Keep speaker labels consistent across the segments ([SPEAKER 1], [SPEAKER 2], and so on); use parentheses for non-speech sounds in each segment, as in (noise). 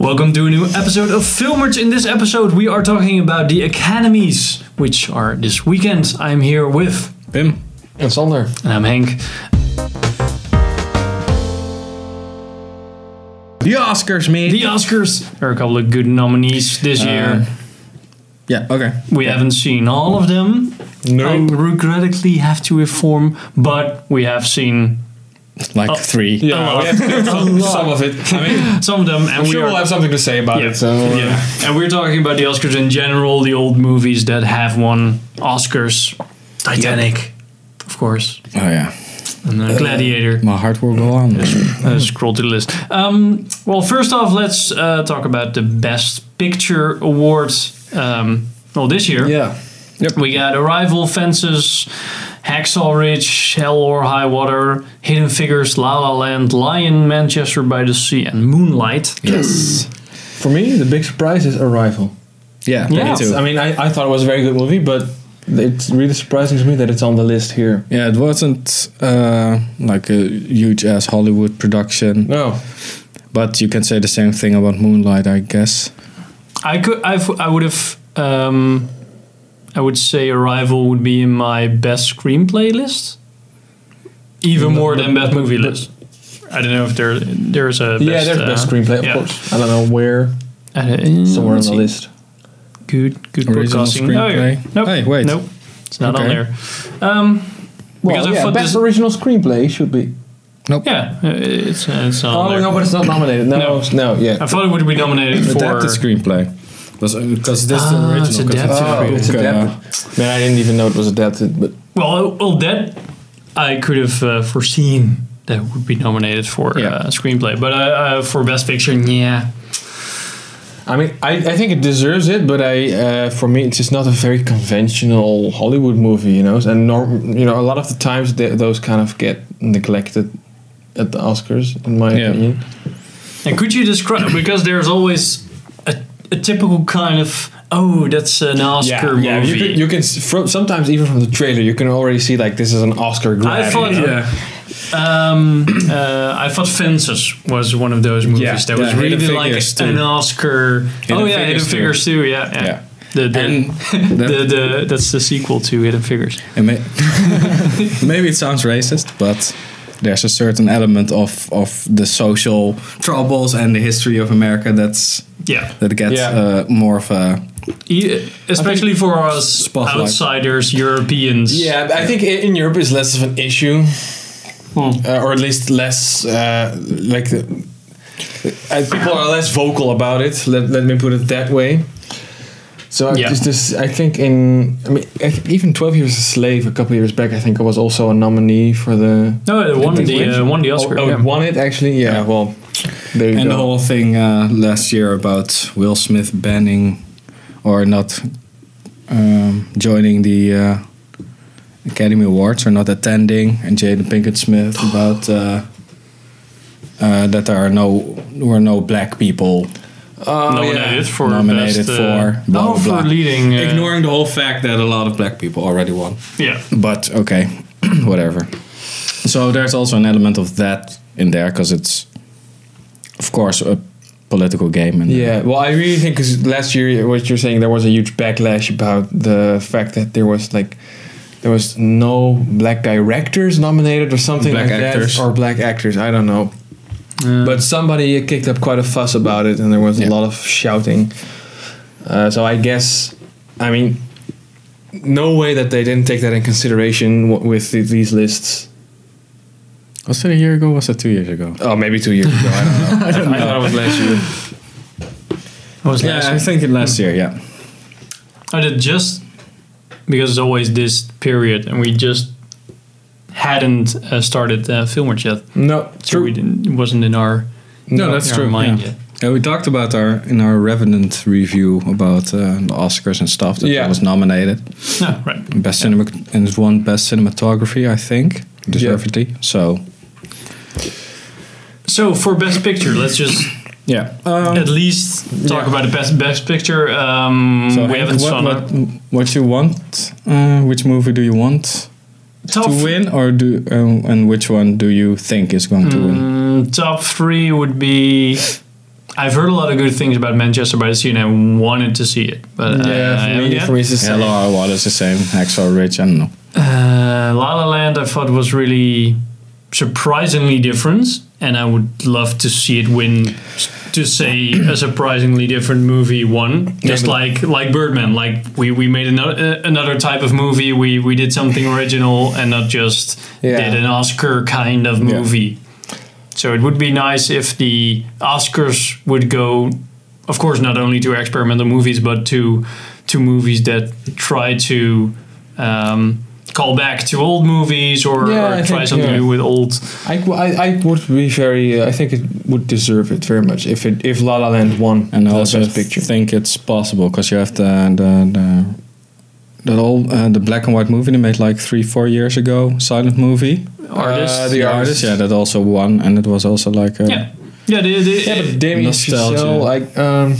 [SPEAKER 1] Welcome to a new episode of Filmers. In this episode, we are talking about the academies, which are this weekend. I'm here with,
[SPEAKER 2] Pim.
[SPEAKER 3] En Sander.
[SPEAKER 1] and I'm Henk.
[SPEAKER 2] The Oscars, mate.
[SPEAKER 1] The Oscars. There are a couple of good nominees this year.
[SPEAKER 2] yeah, okay.
[SPEAKER 1] We haven't seen all of them. I
[SPEAKER 2] No.
[SPEAKER 1] regrettably have to inform, but we have seen
[SPEAKER 2] Like
[SPEAKER 3] Oh.
[SPEAKER 2] three.
[SPEAKER 1] a
[SPEAKER 4] Yeah, we
[SPEAKER 1] lot.
[SPEAKER 4] have to get
[SPEAKER 1] A (laughs)
[SPEAKER 4] some,
[SPEAKER 1] lot.
[SPEAKER 4] some of it. I mean,
[SPEAKER 1] some of them, and
[SPEAKER 4] I'm
[SPEAKER 1] we
[SPEAKER 4] sure
[SPEAKER 1] are
[SPEAKER 4] we'll have something to say about
[SPEAKER 1] Yeah.
[SPEAKER 4] it. So, uh,
[SPEAKER 1] Yeah. And we're talking about the Oscars in general, the old movies that have won Oscars. Titanic, Uh, of course.
[SPEAKER 2] Oh yeah.
[SPEAKER 1] And then Gladiator.
[SPEAKER 2] My heart will go on.
[SPEAKER 1] Uh, scroll to the list. Um, well, first off, let's uh, talk about the Best Picture awards. Um, well, this year.
[SPEAKER 2] yeah.
[SPEAKER 1] We got Arrival, Fences, Hacksaw Ridge, Hell or High Water, Hidden Figures, La La Land, Lion, Manchester by the Sea, and Moonlight.
[SPEAKER 2] Yes.
[SPEAKER 3] For me, the big surprise is Arrival.
[SPEAKER 2] Yeah.
[SPEAKER 1] Yeah.
[SPEAKER 2] Me too.
[SPEAKER 3] I mean, I, I thought it was a very good movie, but it's really surprising to me that it's on the list here.
[SPEAKER 2] yeah, it wasn't uh, like a huge ass Hollywood production,
[SPEAKER 3] No.
[SPEAKER 2] but you can say the same thing about Moonlight, I guess.
[SPEAKER 1] I could. I've, I would have. Um, I would say Arrival would be in my best screenplay list, even
[SPEAKER 3] Mm,
[SPEAKER 1] more than best movie list. I don't know if there there's a
[SPEAKER 3] yeah,
[SPEAKER 1] best,
[SPEAKER 3] there's
[SPEAKER 1] uh,
[SPEAKER 3] best screenplay, of
[SPEAKER 1] yeah.
[SPEAKER 3] course. I don't know where.
[SPEAKER 1] I don't- uh,
[SPEAKER 3] Somewhere on
[SPEAKER 1] let's
[SPEAKER 3] the
[SPEAKER 1] see.
[SPEAKER 3] list.
[SPEAKER 1] Good, good
[SPEAKER 2] Original
[SPEAKER 1] broadcasting. Oh, yeah.
[SPEAKER 2] screenplay.
[SPEAKER 1] Nope.
[SPEAKER 2] Hey, wait.
[SPEAKER 1] Nope. It's not on
[SPEAKER 2] Okay.
[SPEAKER 1] there. Um, because
[SPEAKER 3] Well,
[SPEAKER 1] I
[SPEAKER 3] yeah,
[SPEAKER 1] thought
[SPEAKER 3] best
[SPEAKER 1] this.
[SPEAKER 3] original screenplay should be.
[SPEAKER 1] Yeah, uh, it's uh, it's not on
[SPEAKER 3] Oh
[SPEAKER 1] there.
[SPEAKER 3] no, but it's not nominated. No,
[SPEAKER 1] No.
[SPEAKER 3] no, yeah.
[SPEAKER 1] I thought it would be nominated for.
[SPEAKER 2] Adapted screenplay. Because this is
[SPEAKER 1] Ah,
[SPEAKER 2] the original.
[SPEAKER 1] Oh, it's
[SPEAKER 2] uh, 'cause
[SPEAKER 1] adapted
[SPEAKER 2] a
[SPEAKER 1] screenplay.
[SPEAKER 2] book,
[SPEAKER 3] It's
[SPEAKER 2] uh,
[SPEAKER 3] adapted. Man, I didn't even know it was adapted, but
[SPEAKER 1] Well, well, that I could have uh, foreseen that would be nominated for
[SPEAKER 2] Yeah.
[SPEAKER 1] uh, screenplay, but uh, uh, for best picture, yeah,
[SPEAKER 3] I mean, I, I think it deserves it, but I uh, for me it's just not a very conventional Hollywood movie, you know. And norm, you know, a lot of the times th those kind of get neglected at the Oscars, in my
[SPEAKER 2] Yeah.
[SPEAKER 3] opinion.
[SPEAKER 1] And could you describe because there's always a, a typical kind of oh that's an Oscar movie.
[SPEAKER 3] you can, you can s- fro- sometimes even from the trailer you can already see like this is an Oscar grab.
[SPEAKER 1] I thought,
[SPEAKER 3] you know?
[SPEAKER 1] um, uh, I thought Fences was one of those movies
[SPEAKER 2] Yeah,
[SPEAKER 1] that
[SPEAKER 2] yeah,
[SPEAKER 1] was
[SPEAKER 2] Hidden
[SPEAKER 1] really like
[SPEAKER 2] Figures too.
[SPEAKER 1] an Oscar. oh yeah,
[SPEAKER 2] Figures
[SPEAKER 1] Hidden
[SPEAKER 2] too.
[SPEAKER 1] Figures too. Yeah, yeah.
[SPEAKER 2] Yeah.
[SPEAKER 1] The, the,
[SPEAKER 2] And
[SPEAKER 1] (laughs) the, the, that's the sequel to Hidden Figures.
[SPEAKER 2] And may- (laughs) maybe it sounds racist, but there's a certain element of, of the social troubles and the history of America that's
[SPEAKER 1] Yeah.
[SPEAKER 2] that gets
[SPEAKER 3] Yeah.
[SPEAKER 2] uh, more of a
[SPEAKER 1] E- especially for us
[SPEAKER 2] Spotlight.
[SPEAKER 1] outsiders, Europeans.
[SPEAKER 3] Yeah, but I think i- in Europe is less of an issue,
[SPEAKER 1] Hmm.
[SPEAKER 3] uh, or at least less uh, like the, uh, people are less vocal about it. Let, let me put it that way. So I
[SPEAKER 1] Yeah.
[SPEAKER 3] just, just I think in I mean I think even Twelve Years a Slave a couple years back I think I was also a nominee for the
[SPEAKER 1] No, it won
[SPEAKER 3] Did it
[SPEAKER 1] the
[SPEAKER 3] win?
[SPEAKER 1] uh, won the Oscar.
[SPEAKER 3] oh,
[SPEAKER 1] yeah.
[SPEAKER 3] it won it actually yeah, well there you
[SPEAKER 2] and the
[SPEAKER 3] go
[SPEAKER 2] whole thing uh, last year about Will Smith banning or not um, joining the uh, Academy Awards or not attending, and Jaden Pinkett
[SPEAKER 3] (sighs)
[SPEAKER 2] Smith about uh, uh, that there are no were no black people
[SPEAKER 3] Oh,
[SPEAKER 1] nominated for
[SPEAKER 2] nominated
[SPEAKER 1] best, uh,
[SPEAKER 2] for blah,
[SPEAKER 1] oh,
[SPEAKER 2] blah, blah.
[SPEAKER 1] for leading. Uh,
[SPEAKER 2] ignoring the whole fact that a lot of black people already won. (laughs)
[SPEAKER 1] Yeah.
[SPEAKER 2] But okay, (clears throat) whatever. So there's also an element of that in there because it's, of course, a political game. And
[SPEAKER 3] Yeah, well, I really think because last year, what you're saying, there was a huge backlash about the fact that there was like there was no black directors nominated or something
[SPEAKER 2] Black
[SPEAKER 3] like
[SPEAKER 2] actors.
[SPEAKER 3] that, or black actors. I don't know,
[SPEAKER 1] Uh,
[SPEAKER 3] but somebody kicked up quite a fuss about it, and there was
[SPEAKER 2] Yeah.
[SPEAKER 3] a lot of shouting. Uh, so I guess, I mean, no way that they didn't take that in consideration w- with th- these lists.
[SPEAKER 2] was it a year ago? Was it two years ago?
[SPEAKER 3] Oh, maybe two years ago. I don't know. I, thought it was last year.
[SPEAKER 1] what was
[SPEAKER 2] Yeah,
[SPEAKER 1] last
[SPEAKER 2] I think it last year. Yeah,
[SPEAKER 1] I did just because it's always this period, and we just hadn't uh, started uh, Filmers yet,
[SPEAKER 3] No,
[SPEAKER 1] so we didn't, it wasn't in our
[SPEAKER 2] No, that's
[SPEAKER 1] in our
[SPEAKER 2] true,
[SPEAKER 1] mind
[SPEAKER 2] yeah.
[SPEAKER 1] yet.
[SPEAKER 2] yeah. We talked about our in our Revenant review about uh, the Oscars and stuff that
[SPEAKER 3] Yeah.
[SPEAKER 2] was nominated.
[SPEAKER 1] No, right.
[SPEAKER 2] Best cinema and it won best cinematography, I think, deservedly. So
[SPEAKER 1] So for best picture, let's just
[SPEAKER 2] yeah. Um,
[SPEAKER 1] at least talk
[SPEAKER 3] yeah.
[SPEAKER 1] about the best best picture. Um,
[SPEAKER 2] so
[SPEAKER 1] we
[SPEAKER 2] Henk,
[SPEAKER 1] haven't
[SPEAKER 2] what,
[SPEAKER 1] seen
[SPEAKER 2] what, what you want? Uh, which movie do you want?
[SPEAKER 1] Tough
[SPEAKER 2] to win or do uh, um, and which one do you think is going to win
[SPEAKER 1] Mm, top three would be I've heard a lot of good things about Manchester by the Sea, and I wanted to see it, but uh, I
[SPEAKER 3] yeah, for
[SPEAKER 1] haven't
[SPEAKER 3] me,
[SPEAKER 1] yet.
[SPEAKER 3] for me, it's the same.
[SPEAKER 2] Hello, what is the same? Hacksaw Ridge, I don't know.
[SPEAKER 1] Uh, La La Land, I thought was really surprisingly different, and I would love to see it win. To say a surprisingly different movie won, just
[SPEAKER 3] but-
[SPEAKER 1] like like Birdman, like we we made another uh, another type of movie. We we did something original and not just
[SPEAKER 3] Yeah.
[SPEAKER 1] did an Oscar kind of
[SPEAKER 3] Yeah.
[SPEAKER 1] movie. So it would be nice if the Oscars would go, of course, not only to experimental movies, but to to movies that try to um, call back to old movies or,
[SPEAKER 3] Yeah,
[SPEAKER 1] or
[SPEAKER 3] I
[SPEAKER 1] try
[SPEAKER 3] think,
[SPEAKER 1] something
[SPEAKER 3] yeah.
[SPEAKER 1] new with old.
[SPEAKER 3] I, w- I- I would be very. Uh, I think it would deserve it very much if it if La La Land won
[SPEAKER 2] And I
[SPEAKER 3] the
[SPEAKER 2] also
[SPEAKER 3] best picture.
[SPEAKER 2] think it's possible because you have the the, the that old uh, the black and white movie they made like three four years ago, silent movie.
[SPEAKER 1] Artist?
[SPEAKER 3] Uh, the artist.
[SPEAKER 2] yeah, that also won, and it was also like a,
[SPEAKER 1] Yeah, yeah, they, they,
[SPEAKER 3] Yeah, but Damien
[SPEAKER 2] Nostalgia.
[SPEAKER 3] Chazelle, like um,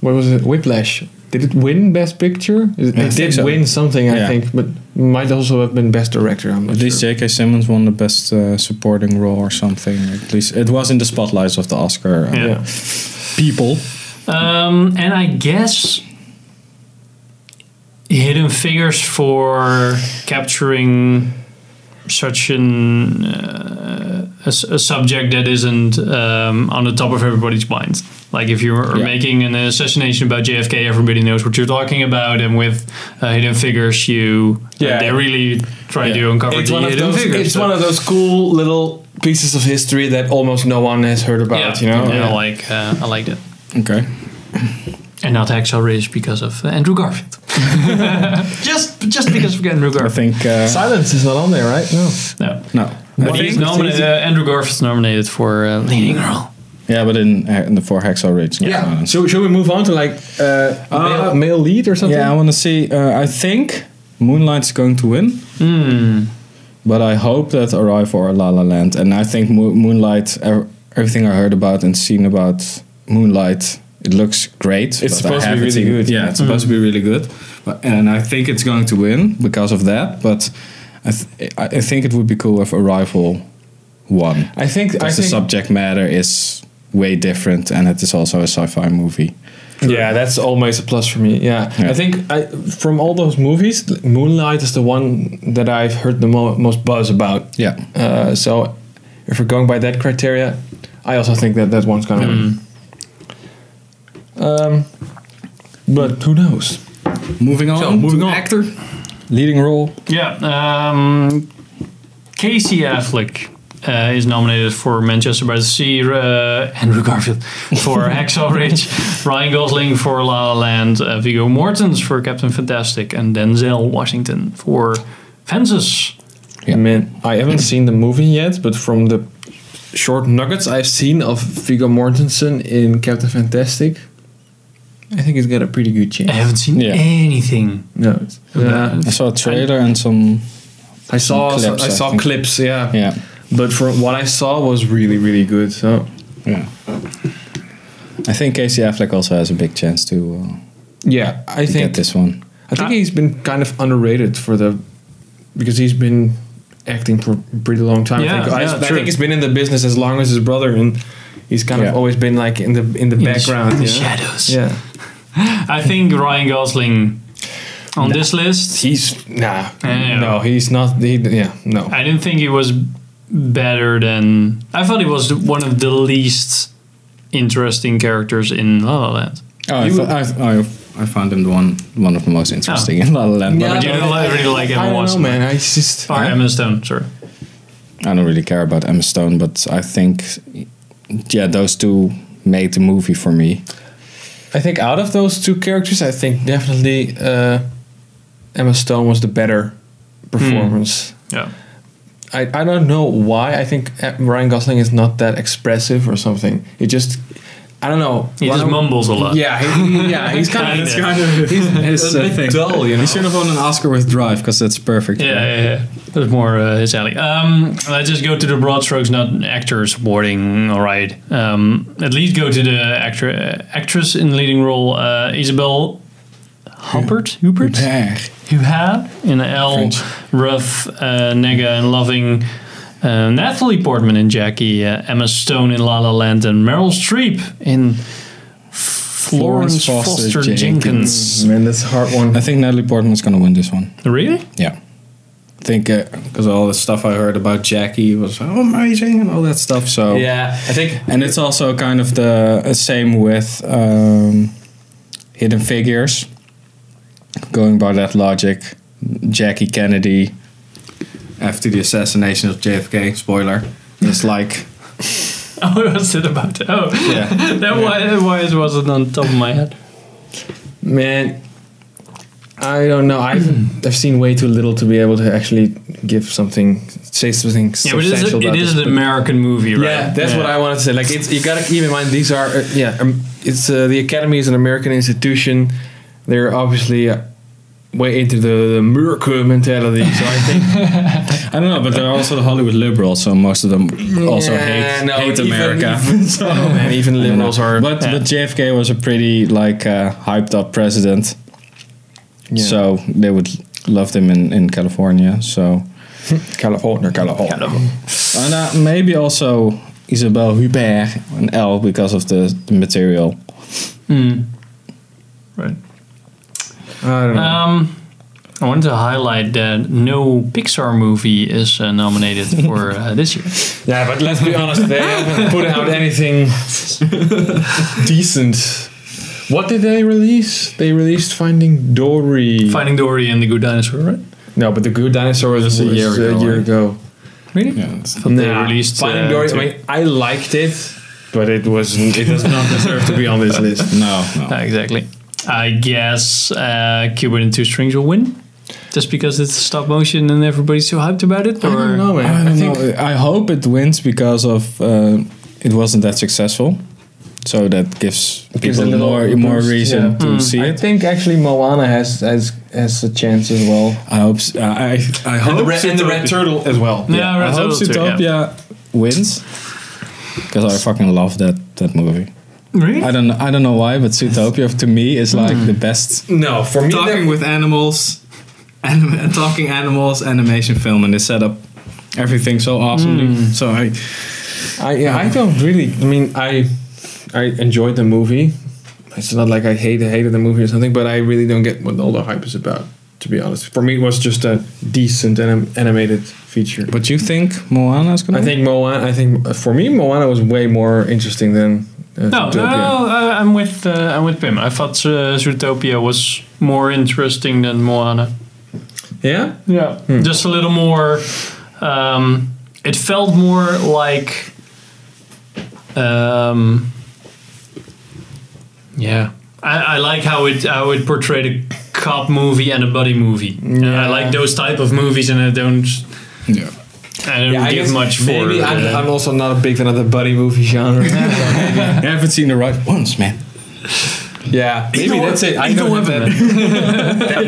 [SPEAKER 3] what was it? Whiplash. Did it win Best Picture? It,
[SPEAKER 2] Yeah, I
[SPEAKER 3] it
[SPEAKER 2] think
[SPEAKER 3] did
[SPEAKER 2] so.
[SPEAKER 3] win something, I
[SPEAKER 2] Yeah.
[SPEAKER 3] think, but might also have been Best Director. I'm not
[SPEAKER 2] At least
[SPEAKER 3] sure.
[SPEAKER 2] J.K. Simmons won the best uh, supporting role or something. At least it was in the spotlights of the Oscar uh,
[SPEAKER 1] Yeah.
[SPEAKER 2] people.
[SPEAKER 1] Um, and I guess hidden figures for capturing such an uh, a, s- a subject that isn't um, on the top of everybody's mind. Like if you're
[SPEAKER 2] Yeah.
[SPEAKER 1] making an assassination about JFK, everybody knows what you're talking about, and with uh, hidden figures, you
[SPEAKER 3] Yeah.
[SPEAKER 1] they really try
[SPEAKER 2] Yeah.
[SPEAKER 1] to uncover
[SPEAKER 3] It's
[SPEAKER 1] the
[SPEAKER 3] one of
[SPEAKER 1] hidden
[SPEAKER 3] those.
[SPEAKER 1] figures.
[SPEAKER 3] It's
[SPEAKER 1] So-
[SPEAKER 3] one of those cool little pieces of history that almost no one has heard
[SPEAKER 1] yeah,
[SPEAKER 3] about. You know.
[SPEAKER 1] yeah, I like uh, I like that,
[SPEAKER 2] Okay.
[SPEAKER 1] and not Hacksaw Ridge because of uh, Andrew
[SPEAKER 3] (laughs)
[SPEAKER 1] Garfield. just just because of Andrew
[SPEAKER 2] I
[SPEAKER 1] Garfield.
[SPEAKER 2] think uh,
[SPEAKER 3] Silence is not on there, right? No.
[SPEAKER 1] No.
[SPEAKER 2] no.
[SPEAKER 1] But
[SPEAKER 3] What
[SPEAKER 1] he's
[SPEAKER 3] is-
[SPEAKER 1] nominated, uh, Andrew Garfield's nominated for uh, Leading Girl.
[SPEAKER 2] Yeah, but in, uh, in the four Hacksaw Ridge. not
[SPEAKER 3] Yeah.
[SPEAKER 2] Silence.
[SPEAKER 3] So should we move on to like uh, male, male lead or something?
[SPEAKER 2] Yeah, I want to see. Uh, I think Moonlight's going to win.
[SPEAKER 3] Hmm.
[SPEAKER 2] But I hope that Arrival or La La Land. And I think Mo- Moonlight, er- everything I heard about and seen about Moonlight, it looks great. but I
[SPEAKER 3] supposed to be
[SPEAKER 2] haven't
[SPEAKER 3] really
[SPEAKER 2] seen-
[SPEAKER 3] good.
[SPEAKER 2] Yeah, it's supposed to be really good. But, and I think it's going to win because of that. But I, th- I I think it would be cool if Arrival won.
[SPEAKER 3] I think I
[SPEAKER 2] Because the
[SPEAKER 3] think
[SPEAKER 2] subject matter is way different and it is also a sci fi movie.
[SPEAKER 3] yeah, that's always a plus for me. Yeah,
[SPEAKER 2] Yeah.
[SPEAKER 3] I think I, from all those movies, Moonlight is the one that I've heard the mo- most buzz about.
[SPEAKER 2] Yeah.
[SPEAKER 3] Uh, so if we're going by that criteria, I also think that that one's gonna
[SPEAKER 2] Hmm.
[SPEAKER 3] win. Um, but who knows?
[SPEAKER 2] Moving on.
[SPEAKER 3] Oh, moving
[SPEAKER 2] to
[SPEAKER 3] on.
[SPEAKER 2] Actor. Leading role.
[SPEAKER 1] Yeah. Um, Casey Affleck uh, is nominated for Manchester by the Sea, uh, Andrew Garfield
[SPEAKER 3] (laughs)
[SPEAKER 1] for Hacksaw Ridge, Ryan Gosling for La La Land, uh, Viggo Mortens for Captain Fantastic, and Denzel Washington for Fences.
[SPEAKER 2] Yeah.
[SPEAKER 3] Man, I haven't seen the movie yet, but from the short nuggets I've seen of Viggo Mortensen in Captain Fantastic, I think he's got a pretty good
[SPEAKER 1] I
[SPEAKER 3] chance.
[SPEAKER 1] haven't seen
[SPEAKER 2] Yeah.
[SPEAKER 1] anything.
[SPEAKER 3] No, it's- uh,
[SPEAKER 1] Yeah.
[SPEAKER 2] I saw a trailer and some.
[SPEAKER 3] I saw
[SPEAKER 2] Some clips,
[SPEAKER 3] I
[SPEAKER 2] I
[SPEAKER 3] saw
[SPEAKER 2] think.
[SPEAKER 3] clips, yeah.
[SPEAKER 2] Yeah.
[SPEAKER 3] But from what I saw was really really good. So
[SPEAKER 2] Yeah. I think Casey Affleck also has a big chance to uh,
[SPEAKER 3] yeah, I
[SPEAKER 2] get
[SPEAKER 3] think
[SPEAKER 2] this one.
[SPEAKER 3] I think he's been kind of underrated for the because he's been acting for a pretty long time.
[SPEAKER 1] Yeah,
[SPEAKER 3] I think, I-
[SPEAKER 1] yeah,
[SPEAKER 3] I,
[SPEAKER 1] true.
[SPEAKER 3] think he's been in the business as long as his brother, and he's kind
[SPEAKER 2] Yeah.
[SPEAKER 3] of always been like in the in the
[SPEAKER 1] the sh-
[SPEAKER 3] background.
[SPEAKER 1] in the
[SPEAKER 3] you know?
[SPEAKER 1] shadows.
[SPEAKER 3] Yeah.
[SPEAKER 1] I think Ryan Gosling on this list.
[SPEAKER 3] He's nah,
[SPEAKER 1] Yeah.
[SPEAKER 3] no, he's not. He, yeah, no.
[SPEAKER 1] I didn't think he was better than. I thought he was one of the least interesting characters in La La Land.
[SPEAKER 2] Oh, I,
[SPEAKER 3] You-
[SPEAKER 2] thought- I, I, I found him the one one of the most interesting in La La Land. but
[SPEAKER 1] Yeah. you don't like- really like Emma
[SPEAKER 3] I don't know,
[SPEAKER 1] Watson.
[SPEAKER 3] man. I just
[SPEAKER 1] Or Emma Stone, sorry.
[SPEAKER 2] I don't really care about Emma Stone, but I think, yeah, those two made the movie for me.
[SPEAKER 3] I think out of those two characters, I think definitely uh, Emma Stone was the better performance.
[SPEAKER 1] Yeah.
[SPEAKER 3] I, I don't know why. I think uh, Ryan Gosling is not that expressive or something. He just, I don't know.
[SPEAKER 1] He just
[SPEAKER 3] Ryan-
[SPEAKER 1] mumbles a lot.
[SPEAKER 3] Yeah, he, yeah, Uh, (laughs) he's kind of
[SPEAKER 1] Kinda. That's
[SPEAKER 2] (laughs) of his
[SPEAKER 3] a bit dull, you know.
[SPEAKER 2] He should have won an Oscar with Drive because that's perfect.
[SPEAKER 1] Yeah, yeah, yeah. That's more uh, his alley. Um, let's just go to the broad strokes, not actor supporting. All right. Um, at least go to the actor, uh, actress in leading role, uh, Isabel Huppert. Hubert?
[SPEAKER 2] Yeah.
[SPEAKER 1] who had in L,
[SPEAKER 2] French.
[SPEAKER 1] rough, uh, nega, and loving. uh, Natalie Portman in Jackie, uh, Emma Stone in La La Land, and Meryl Streep in Florence, Foster, Jenkins.
[SPEAKER 3] Man, Mm, that's a hard one.
[SPEAKER 2] I think Natalie Portman's gonna win this one.
[SPEAKER 1] Really?
[SPEAKER 2] Yeah. I think because all the stuff I heard about Jackie was oh, amazing and all that stuff. So
[SPEAKER 3] Yeah, I think
[SPEAKER 2] and it's also kind of the uh, same with um, Hidden Figures. Going by that logic, Jackie Kennedy after the assassination of JFK. Spoiler. It's
[SPEAKER 3] (laughs)
[SPEAKER 2] like
[SPEAKER 1] (laughs) Oh, what's it about? Oh,
[SPEAKER 2] yeah,
[SPEAKER 1] (laughs) that why, why it wasn't on top of my head.
[SPEAKER 3] Man, I don't know. Oh, I've I've seen way too little to be able to actually give something say something
[SPEAKER 1] Yeah, but it is,
[SPEAKER 3] substantial
[SPEAKER 1] it
[SPEAKER 3] about
[SPEAKER 1] is
[SPEAKER 3] this,
[SPEAKER 1] an American movie,
[SPEAKER 3] but-
[SPEAKER 1] right?
[SPEAKER 3] Yeah, that's what I wanted to say. Like, it's you gotta keep in mind these are uh, yeah, um, it's uh, the Academy is an American institution. They're obviously uh, way into the, the America mentality. So I think (laughs)
[SPEAKER 2] I don't know, but they're also the Hollywood liberals, so most of them also
[SPEAKER 3] Yeah,
[SPEAKER 2] hate,
[SPEAKER 3] no,
[SPEAKER 2] hate
[SPEAKER 3] even- (laughs)
[SPEAKER 2] America.
[SPEAKER 3] Even, so, man, (laughs) even liberals are.
[SPEAKER 2] But
[SPEAKER 1] Yeah.
[SPEAKER 2] but JFK was a pretty like uh, hyped up president,
[SPEAKER 3] yeah.
[SPEAKER 2] so they would love him in in California. So
[SPEAKER 3] (laughs) California, California.
[SPEAKER 2] and uh, maybe also Isabelle Huppert an L because of the, the material.
[SPEAKER 1] Hmm. Right.
[SPEAKER 3] I don't know.
[SPEAKER 1] Um, I wanted to highlight that no Pixar movie is uh, nominated for uh, this year.
[SPEAKER 3] Yeah, but let's be honest, (laughs) they haven't put out anything decent. What did they release? They released Finding Dory.
[SPEAKER 1] Finding Dory and the Good Dinosaur, right?
[SPEAKER 3] no, but the Good Dinosaur was,
[SPEAKER 2] a year
[SPEAKER 3] was
[SPEAKER 2] ago,
[SPEAKER 3] A year
[SPEAKER 2] right?
[SPEAKER 3] ago.
[SPEAKER 1] Really?
[SPEAKER 2] Yeah,
[SPEAKER 1] They released,
[SPEAKER 3] Finding
[SPEAKER 1] uh,
[SPEAKER 3] Dory.
[SPEAKER 1] two.
[SPEAKER 3] I mean, I liked it, but it was it does not deserve to be on this list.
[SPEAKER 2] (laughs) no, no.
[SPEAKER 1] Ah, exactly. I guess uh, Cupid and Two Strings will win, just because it's stop motion and everybody's so hyped about it. Or
[SPEAKER 3] I don't know, man.
[SPEAKER 2] I,
[SPEAKER 3] I,
[SPEAKER 2] don't
[SPEAKER 3] think
[SPEAKER 2] know. I hope it wins because of uh, it wasn't that successful, so that
[SPEAKER 3] gives
[SPEAKER 2] gives
[SPEAKER 3] a
[SPEAKER 2] people
[SPEAKER 3] little
[SPEAKER 2] more more
[SPEAKER 3] boost,
[SPEAKER 2] reason
[SPEAKER 3] yeah.
[SPEAKER 2] to see
[SPEAKER 3] I
[SPEAKER 2] it.
[SPEAKER 3] think actually Moana has has has a chance as well.
[SPEAKER 2] I hope. s- I I I hope. Zootopia-
[SPEAKER 3] Turtle as well.
[SPEAKER 1] Yeah,
[SPEAKER 2] I
[SPEAKER 1] Red
[SPEAKER 2] hope
[SPEAKER 1] Turtle too, yeah.
[SPEAKER 2] Zootopia wins because I fucking love that that movie.
[SPEAKER 1] Really?
[SPEAKER 2] I don't I don't know why, but Zootopia to me is like the best.
[SPEAKER 3] No, for me,
[SPEAKER 2] Talking
[SPEAKER 3] there-
[SPEAKER 2] Hmm. with animals, anim- talking animals, animation film, and they set up everything so awesomely. So I,
[SPEAKER 3] I yeah, I don't really. I mean, I I enjoyed the movie. It's not like I hate hated the movie or something, but I really don't get what all the hype is about. To be honest, for me, it was just a decent anim- animated feature.
[SPEAKER 2] but you think Moana is gonna?
[SPEAKER 3] I think Moana. I think uh, for me, Moana was way more interesting than. Uh,
[SPEAKER 1] no, no,
[SPEAKER 3] Zootopia.
[SPEAKER 1] I, I'm with uh, I'm with Pim. I thought uh, Zootopia was more interesting than Moana.
[SPEAKER 3] Yeah.
[SPEAKER 1] Yeah,
[SPEAKER 3] Hmm.
[SPEAKER 1] just a little more. Um, it felt more like. Um, yeah, I, I like how it how it portrayed a cop movie and a buddy movie. And I
[SPEAKER 3] Yeah.
[SPEAKER 1] like those type of movies, and I don't
[SPEAKER 2] yeah.
[SPEAKER 1] I don't
[SPEAKER 3] I
[SPEAKER 1] give
[SPEAKER 3] guess
[SPEAKER 1] much for.
[SPEAKER 3] Maybe I'm,
[SPEAKER 1] uh,
[SPEAKER 3] I'm also not a big fan of the buddy movie (laughs) genre.
[SPEAKER 2] I haven't seen the right ones, man.
[SPEAKER 3] yeah, maybe
[SPEAKER 1] one-
[SPEAKER 3] that's it. I
[SPEAKER 1] either
[SPEAKER 3] don't have
[SPEAKER 1] one,
[SPEAKER 3] (laughs) that. that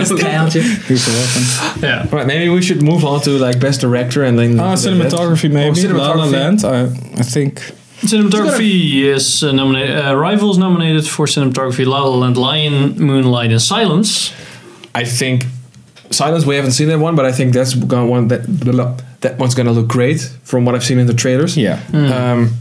[SPEAKER 2] Here's the
[SPEAKER 3] (laughs)
[SPEAKER 2] weapon.
[SPEAKER 1] yeah.
[SPEAKER 3] right, maybe we should move on to like best director and then.
[SPEAKER 2] Ah, cinematography maybe.
[SPEAKER 3] Oh,
[SPEAKER 2] La La
[SPEAKER 3] cinematography.
[SPEAKER 2] Land. I I think.
[SPEAKER 1] Cinematography is uh, nominated. Uh, Rivals nominated for cinematography. La La Land, Lion, Moonlight, and Silence.
[SPEAKER 3] I think Silence. We haven't seen that one, but I think that's gonna one that that one's gonna look great from what I've seen in the trailers.
[SPEAKER 2] Yeah.
[SPEAKER 3] Um,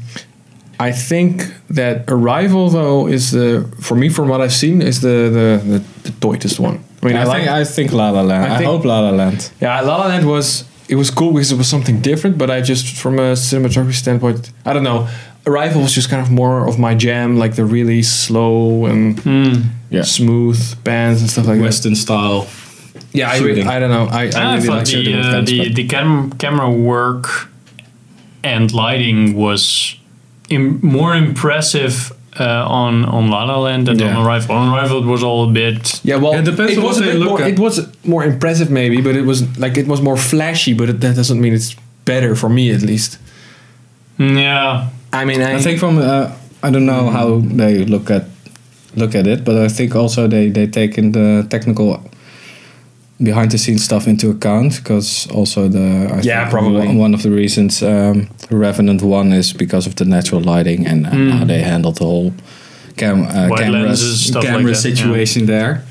[SPEAKER 3] I think that Arrival though is the for me from what I've seen is the the the, the toitest one. I mean, I,
[SPEAKER 2] I,
[SPEAKER 3] like.
[SPEAKER 2] think I think La La Land.
[SPEAKER 3] I
[SPEAKER 2] I,
[SPEAKER 3] think-
[SPEAKER 2] hope La La Land.
[SPEAKER 3] yeah, La La Land was it was cool because it was something different, but I just from a cinematography standpoint, I don't know. Arrival was just kind of more of my jam, like the really slow and
[SPEAKER 2] Yeah.
[SPEAKER 3] smooth bands and stuff like
[SPEAKER 2] Western style.
[SPEAKER 3] that. Yeah, I,
[SPEAKER 2] shooting.
[SPEAKER 3] re- I don't know. I, I,
[SPEAKER 2] Ah,
[SPEAKER 1] I,
[SPEAKER 3] really
[SPEAKER 1] thought
[SPEAKER 3] like
[SPEAKER 1] the,
[SPEAKER 3] shooting with
[SPEAKER 1] uh,
[SPEAKER 3] bands, but-
[SPEAKER 1] the, the cam- camera work and lighting was Im- more impressive uh, on on La La Land than
[SPEAKER 2] Yeah.
[SPEAKER 1] on Arrival. On Arrival, it was all a bit.
[SPEAKER 3] Yeah, well,
[SPEAKER 2] Yeah, it depends on
[SPEAKER 3] was
[SPEAKER 2] what
[SPEAKER 3] a
[SPEAKER 2] they
[SPEAKER 3] bit
[SPEAKER 2] look
[SPEAKER 3] more,
[SPEAKER 2] at.
[SPEAKER 3] It was more impressive, maybe, but it was like it was more flashy. But it, that doesn't mean it's better for me, at least.
[SPEAKER 1] mm, Yeah,
[SPEAKER 3] I mean, I,
[SPEAKER 2] I think from uh, I don't know how they look at look at it, but I think also they they take in the technical behind the scenes stuff into account because also the I
[SPEAKER 3] Yeah,
[SPEAKER 2] think
[SPEAKER 3] probably.
[SPEAKER 2] one, one of the reasons um, Revenant one is because of the natural lighting and uh, how they handled the whole cam uh,
[SPEAKER 1] Mm. Wide
[SPEAKER 2] cameras
[SPEAKER 1] lenses, stuff like
[SPEAKER 2] camera
[SPEAKER 1] that, yeah.
[SPEAKER 2] situation there,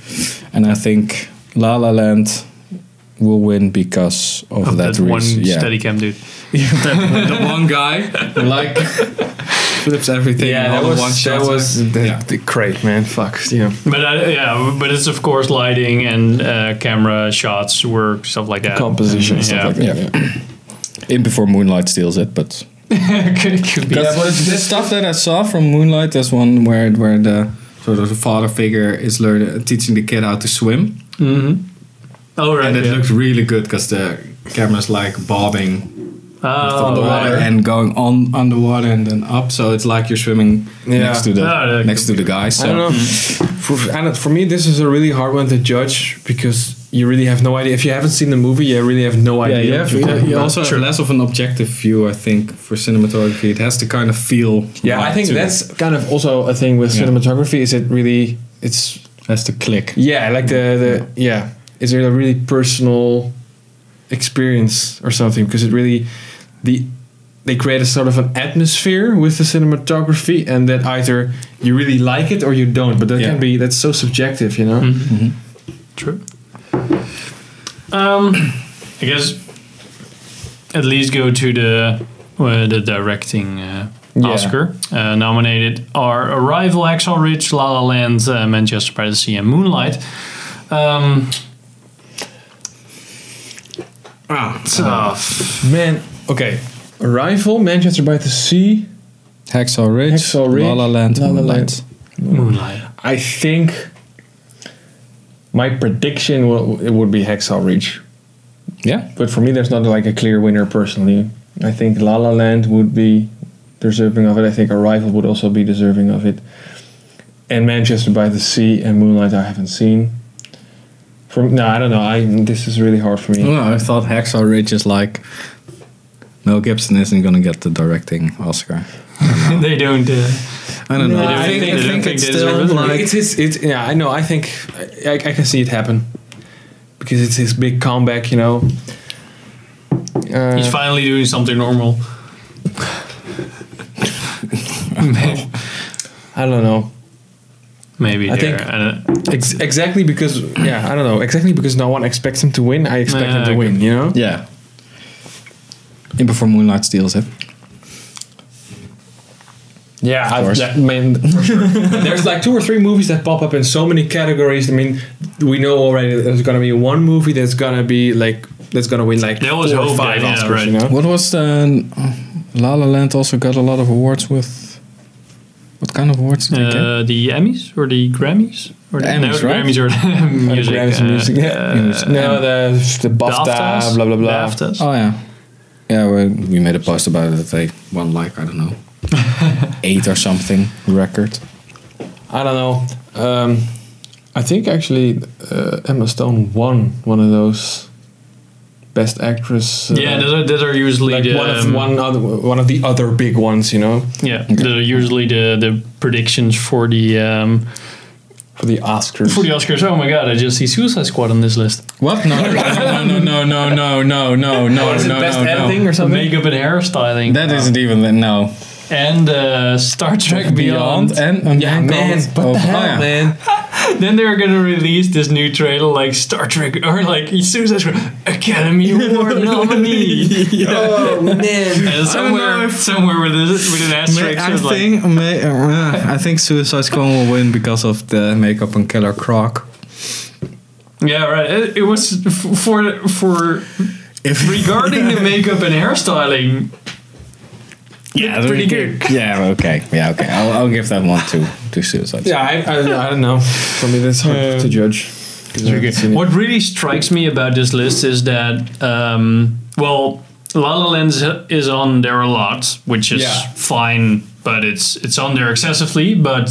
[SPEAKER 2] and I think La La Land will win because of
[SPEAKER 1] of
[SPEAKER 2] that,
[SPEAKER 1] that one
[SPEAKER 2] reason. Yeah.
[SPEAKER 1] Steadicam dude.
[SPEAKER 2] You have that- the one guy who like flips everything.
[SPEAKER 3] yeah,
[SPEAKER 2] in
[SPEAKER 3] that
[SPEAKER 2] all
[SPEAKER 3] was
[SPEAKER 2] one shot.
[SPEAKER 3] that was the,
[SPEAKER 2] Yeah.
[SPEAKER 3] the great man. Fuck yeah.
[SPEAKER 1] But I, yeah, but it's of course lighting and uh, camera shots, work stuff like that.
[SPEAKER 3] Composition and stuff
[SPEAKER 1] Yeah.
[SPEAKER 3] like that. Yeah.
[SPEAKER 2] in before Moonlight steals it, but
[SPEAKER 1] (laughs) Could- could be.
[SPEAKER 2] That's what it's, the stuff that I saw from Moonlight. There's one where where the sort of the father figure is learning teaching the kid how to swim,
[SPEAKER 1] Oh right.
[SPEAKER 2] and it
[SPEAKER 1] yeah.
[SPEAKER 2] looked really good because the camera's like bobbing
[SPEAKER 1] oh,
[SPEAKER 2] on the
[SPEAKER 1] right.
[SPEAKER 2] water and going on underwater and then up. So it's like you're swimming
[SPEAKER 3] Yeah.
[SPEAKER 2] next to the
[SPEAKER 1] Ah, that
[SPEAKER 2] next to the guy. So
[SPEAKER 3] I don't know. For, I don't- for me, this is a really hard one to judge because you really have no idea. If you haven't seen the movie, you really have no
[SPEAKER 2] Yeah,
[SPEAKER 3] idea.
[SPEAKER 2] you,
[SPEAKER 3] Yeah,
[SPEAKER 2] you
[SPEAKER 3] but-
[SPEAKER 2] also have less of an objective view, I think, for cinematography. It has to kind of feel.
[SPEAKER 3] yeah, I
[SPEAKER 2] right
[SPEAKER 3] think
[SPEAKER 2] to it.
[SPEAKER 3] that's kind of also a thing with
[SPEAKER 2] Yeah.
[SPEAKER 3] cinematography. Is it really? It's
[SPEAKER 2] has to click.
[SPEAKER 3] yeah, like the the yeah. Is it a really personal experience or something? Because it really the they create a sort of an atmosphere with the cinematography, and that either you really like it or you don't. But that
[SPEAKER 2] Yeah.
[SPEAKER 3] can be that's so subjective, you know.
[SPEAKER 1] True. Um, I guess at least go to the uh, the directing uh,
[SPEAKER 3] Yeah.
[SPEAKER 1] Oscar uh, nominated are Arrival, Axel Ridge, La La Land, uh, Manchester by the Sea, and Moonlight. Um,
[SPEAKER 3] Ah,
[SPEAKER 1] so
[SPEAKER 3] Man, okay. Arrival, Manchester by the Sea.
[SPEAKER 2] Hacksaw Ridge,
[SPEAKER 3] Hacksaw Ridge,
[SPEAKER 2] La La Land,
[SPEAKER 3] La La
[SPEAKER 2] Moonlight.
[SPEAKER 3] Land.
[SPEAKER 1] Moonlight. (laughs)
[SPEAKER 3] I think my prediction will, it would be Hexal Reach.
[SPEAKER 2] Yeah,
[SPEAKER 3] But for me, there's not like a clear winner personally. I think La La Land would be deserving of it. I think Arrival would also be deserving of it. And Manchester by the Sea and Moonlight I haven't seen. From no, I don't know. I this is really hard for me.
[SPEAKER 2] No, I thought Hacksaw Ridge is like Mel Gibson isn't gonna get the directing Oscar.
[SPEAKER 1] they don't. Uh,
[SPEAKER 2] I don't know.
[SPEAKER 1] I think- I think it's still like-
[SPEAKER 3] it's his, it's yeah I know I think I, I can see it happen because it's his big comeback you know uh,
[SPEAKER 1] he's finally doing something normal. maybe
[SPEAKER 3] I don't know
[SPEAKER 1] maybe
[SPEAKER 3] I
[SPEAKER 1] there.
[SPEAKER 3] think-
[SPEAKER 1] I don't-
[SPEAKER 3] Ex- exactly because yeah I don't know exactly because no one expects him to win I expect
[SPEAKER 1] Yeah,
[SPEAKER 3] him to
[SPEAKER 1] okay.
[SPEAKER 3] win you know
[SPEAKER 2] Yeah. In before Moonlight steals it.
[SPEAKER 3] yeah I,
[SPEAKER 2] course.
[SPEAKER 3] yeah, I mean (laughs) for sure. there's like two or three movies that pop up in so many categories I mean we know already that there's gonna be one movie that's gonna be like that's gonna win like
[SPEAKER 1] They always
[SPEAKER 3] four or
[SPEAKER 1] hope
[SPEAKER 3] five
[SPEAKER 1] that, yeah,
[SPEAKER 3] Oscars
[SPEAKER 1] right.
[SPEAKER 3] you know
[SPEAKER 2] What was the La La Land also got a lot of awards with? What kind of awards did they get?
[SPEAKER 1] Uh, the Emmys or the Grammys or
[SPEAKER 2] The
[SPEAKER 1] no,
[SPEAKER 2] Emmys,
[SPEAKER 1] the
[SPEAKER 2] right?
[SPEAKER 1] Grammys or the (laughs) music.
[SPEAKER 3] Grammys
[SPEAKER 1] uh,
[SPEAKER 3] and music.
[SPEAKER 1] uh,
[SPEAKER 3] no, the the BAFTA,
[SPEAKER 1] BAFTAs?
[SPEAKER 3] blah blah blah.
[SPEAKER 1] BAFTAs.
[SPEAKER 2] Oh yeah, yeah. We, we made a post about it. They won like I don't know (laughs) eight or something record.
[SPEAKER 3] I don't know. Um, I think actually uh, Emma Stone won one of those best actress. Uh,
[SPEAKER 1] yeah, those are, those are usually
[SPEAKER 3] like
[SPEAKER 1] the
[SPEAKER 3] one of
[SPEAKER 1] um,
[SPEAKER 3] one other one of the other big ones, you know,
[SPEAKER 1] Yeah, those are usually the the predictions for the um,
[SPEAKER 3] for the Oscars.
[SPEAKER 1] for the Oscars. Oh my god, I just see Suicide Squad on this list.
[SPEAKER 2] What? No, (laughs) no, no, no, no, no, no, no, no,
[SPEAKER 3] What is it,
[SPEAKER 2] Oh, no,
[SPEAKER 3] best
[SPEAKER 2] no,
[SPEAKER 3] editing
[SPEAKER 2] no.
[SPEAKER 3] or something?
[SPEAKER 1] Makeup and hairstyling.
[SPEAKER 2] That isn't even the, no.
[SPEAKER 1] and uh, Star Trek Beyond.
[SPEAKER 2] and um,
[SPEAKER 3] yeah, man, what
[SPEAKER 1] Oh,
[SPEAKER 3] the hell, man?
[SPEAKER 1] Then they're gonna release this new trailer like Star Trek or like Suicide Squad Academy Award nominee. (laughs)
[SPEAKER 3] Oh man!
[SPEAKER 1] And
[SPEAKER 2] know
[SPEAKER 1] somewhere,
[SPEAKER 2] if-
[SPEAKER 1] somewhere with, a, with an asterisk,
[SPEAKER 2] I
[SPEAKER 1] it's like
[SPEAKER 2] think may, uh, I think Suicide Squad will win because of the makeup on Killer Croc.
[SPEAKER 1] Yeah, right. It, it was f- for for
[SPEAKER 2] If
[SPEAKER 1] regarding the makeup and hairstyling. Yeah, pretty good.
[SPEAKER 2] Yeah. Okay. Yeah. Okay. I'll, I'll give that one to to Suicide. Squad.
[SPEAKER 3] Yeah, I, I, I don't know. For me, that's hard
[SPEAKER 1] Um,
[SPEAKER 3] to judge. 'Cause I haven't seen it.
[SPEAKER 1] What really strikes me about this list is that, um, well, La La Land is- is on there a lot, which is
[SPEAKER 3] Yeah.
[SPEAKER 1] fine, but it's it's on there excessively. But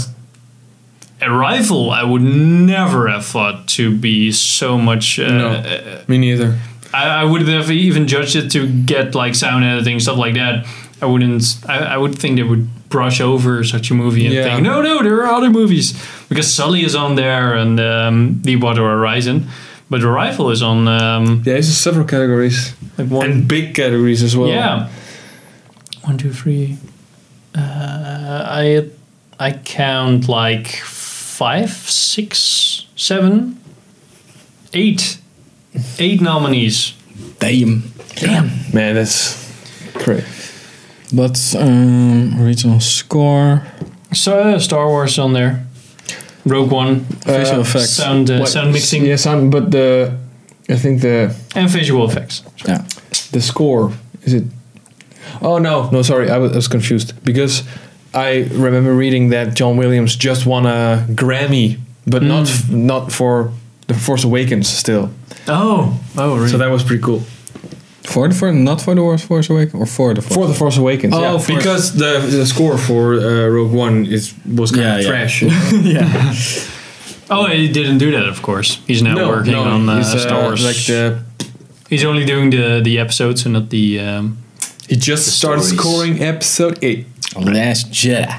[SPEAKER 1] Arrival, I would never have thought to be so much. Uh,
[SPEAKER 3] No, me neither.
[SPEAKER 1] I, I wouldn't have even judged it to get like sound editing stuff like that. I wouldn't. I, I would think they would brush over such a movie and
[SPEAKER 3] Yeah.
[SPEAKER 1] think, no, no, there are other movies because Sully is on there and um, Deepwater Horizon, but The Rifle is on um,
[SPEAKER 3] Yeah, there's several categories
[SPEAKER 1] like one.
[SPEAKER 3] and big categories as well.
[SPEAKER 1] yeah, one, two, three. Uh, I I count like five, six, seven, eight, eight nominees.
[SPEAKER 2] Damn.
[SPEAKER 3] man, that's Great.
[SPEAKER 2] But um, original score,
[SPEAKER 1] So uh, Star Wars on there. Rogue One,
[SPEAKER 2] visual effects.
[SPEAKER 1] sound uh,
[SPEAKER 3] Uh, What-
[SPEAKER 1] sound mixing,
[SPEAKER 3] Yeah, sound, but the I think the
[SPEAKER 1] and visual effects.
[SPEAKER 2] Yeah.
[SPEAKER 3] the score is it. Oh no, no, sorry, I was, I was confused because I remember reading that John Williams just won a Grammy, but
[SPEAKER 2] Mm.
[SPEAKER 3] not f- not for the Force Awakens still.
[SPEAKER 1] Oh, oh, really?
[SPEAKER 3] So that was pretty cool
[SPEAKER 2] For the for not for the Wars Force Awakens or for the Force.
[SPEAKER 3] for the Force Awakens.
[SPEAKER 2] Oh,
[SPEAKER 3] yeah,
[SPEAKER 2] for-
[SPEAKER 3] because the the score for uh, Rogue One is was kind
[SPEAKER 2] Yeah,
[SPEAKER 3] of
[SPEAKER 2] yeah.
[SPEAKER 3] trash. (laughs)
[SPEAKER 1] oh, he didn't do that, of course. He's now working on uh,
[SPEAKER 3] he's, uh,
[SPEAKER 1] Star Wars.
[SPEAKER 3] Like the
[SPEAKER 1] he's only doing the the episodes and not the. Um,
[SPEAKER 3] He just started
[SPEAKER 1] stories.
[SPEAKER 3] scoring episode eight.
[SPEAKER 2] Last Jedi.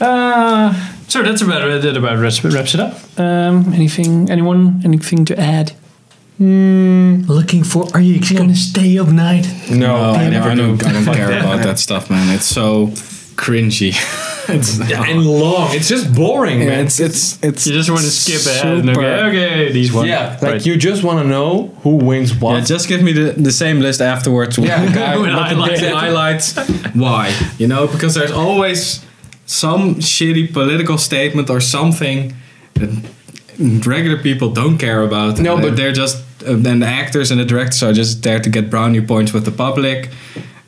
[SPEAKER 1] uh, so that's about it. That about wraps, wraps it up. Um, anything? Anyone? Anything to add? Looking for? Are you gonna stay up night?
[SPEAKER 2] No, I,
[SPEAKER 3] never
[SPEAKER 2] never I don't,
[SPEAKER 3] do.
[SPEAKER 2] (laughs) I don't
[SPEAKER 3] Fuck (laughs)
[SPEAKER 2] care
[SPEAKER 3] that.
[SPEAKER 2] about that stuff, man. It's so cringy. it's,
[SPEAKER 3] Yeah, and long. It's just boring,
[SPEAKER 2] yeah,
[SPEAKER 3] man.
[SPEAKER 2] it's it's it's
[SPEAKER 1] You just want to skip ahead. And
[SPEAKER 2] super-
[SPEAKER 1] okay, okay, these ones.
[SPEAKER 3] yeah, like
[SPEAKER 1] Right.
[SPEAKER 3] you just want to know who wins
[SPEAKER 2] Yeah,
[SPEAKER 3] what.
[SPEAKER 2] just give me the, the same list afterwards. with
[SPEAKER 3] Yeah,
[SPEAKER 2] (laughs) the guy
[SPEAKER 1] with
[SPEAKER 2] with the
[SPEAKER 1] highlights.
[SPEAKER 2] big highlights. Why? You know, because there's always some shitty political statement or something that regular people don't care about.
[SPEAKER 3] No, but-
[SPEAKER 2] they're just uh, then the actors and the directors are just there to get brownie points with the public.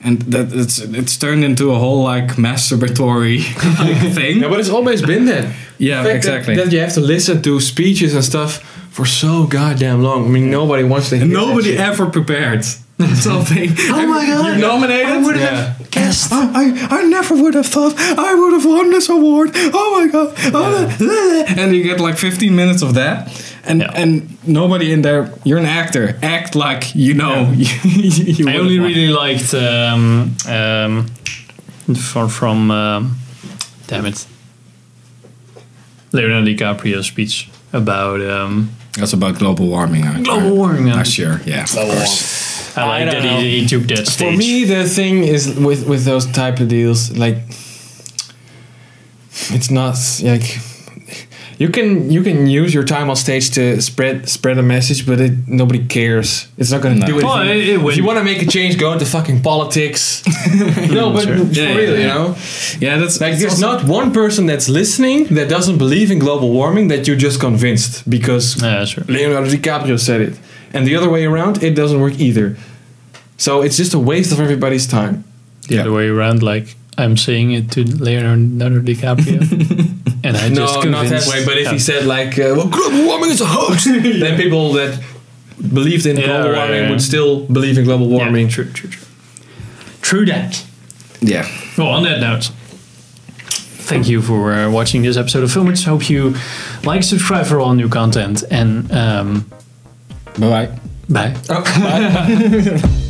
[SPEAKER 2] And that it's it's turned into a whole like masturbatory (laughs) like, thing.
[SPEAKER 3] Yeah, but it's always been that.
[SPEAKER 2] Yeah,
[SPEAKER 3] The fact
[SPEAKER 2] exactly.
[SPEAKER 3] That, that you have to listen to speeches and stuff for so goddamn long. I mean, nobody wants to. Hear
[SPEAKER 2] And
[SPEAKER 3] that
[SPEAKER 2] nobody
[SPEAKER 3] shit.
[SPEAKER 2] ever prepared (laughs) something. oh
[SPEAKER 1] my God.
[SPEAKER 2] You're nominated.
[SPEAKER 3] Yeah.
[SPEAKER 1] Guest.
[SPEAKER 2] I, I, I never would have thought I would have won this award. Oh my god! Oh, blah, (laughs) blah. And you get like 15 minutes of that, and
[SPEAKER 1] Yeah.
[SPEAKER 2] and nobody in there. You're an actor. Act like you know. you, (laughs) you
[SPEAKER 1] I
[SPEAKER 2] would've
[SPEAKER 1] only
[SPEAKER 2] won.
[SPEAKER 1] really liked um, um, from from um, damn it Leonardo DiCaprio's speech about um,
[SPEAKER 2] That's about global warming. I,
[SPEAKER 1] global warming.
[SPEAKER 2] I, I sure. Yeah. Of course.
[SPEAKER 1] I
[SPEAKER 3] I
[SPEAKER 1] like
[SPEAKER 3] don't
[SPEAKER 1] that he, he took that
[SPEAKER 3] For
[SPEAKER 1] stage.
[SPEAKER 3] me, the thing is with with those type of deals, like it's not like you can you can use your time on stage to spread spread a message, but it, nobody cares. It's not gonna
[SPEAKER 2] No.
[SPEAKER 3] do it.
[SPEAKER 1] Well, it- it
[SPEAKER 3] if you
[SPEAKER 1] wouldn't.
[SPEAKER 3] want to make a change, go into fucking politics. no, but
[SPEAKER 1] Sure.
[SPEAKER 3] for
[SPEAKER 2] Yeah,
[SPEAKER 3] real,
[SPEAKER 2] yeah,
[SPEAKER 3] you
[SPEAKER 2] yeah.
[SPEAKER 3] know,
[SPEAKER 2] Yeah. That's
[SPEAKER 3] like
[SPEAKER 2] that's
[SPEAKER 3] there's
[SPEAKER 2] also-
[SPEAKER 3] not one person that's listening that doesn't believe in global warming that you're just convinced because
[SPEAKER 1] yeah, sure.
[SPEAKER 3] Leonardo DiCaprio said it. And the other way around, it doesn't work either. So it's just a waste of everybody's time.
[SPEAKER 1] The other way around, like I'm saying it to Leonardo
[SPEAKER 3] (laughs)
[SPEAKER 1] DiCaprio, and I
[SPEAKER 3] No,
[SPEAKER 1] just
[SPEAKER 3] not
[SPEAKER 1] convinced.
[SPEAKER 3] that way. But if
[SPEAKER 1] Yeah.
[SPEAKER 3] he said like, uh, "Well, global warming is a hoax," then people that believed in
[SPEAKER 1] Yeah,
[SPEAKER 3] global
[SPEAKER 1] right,
[SPEAKER 3] warming
[SPEAKER 1] yeah.
[SPEAKER 3] would still believe in global
[SPEAKER 1] yeah,
[SPEAKER 3] warming.
[SPEAKER 1] true, true, true, true that.
[SPEAKER 2] (laughs) Yeah.
[SPEAKER 1] Well, on that note, thank you for uh, watching this episode of Filmwich. Hope you like, subscribe for all new content, and um,
[SPEAKER 2] Bye bye.
[SPEAKER 1] bye.
[SPEAKER 3] Oh,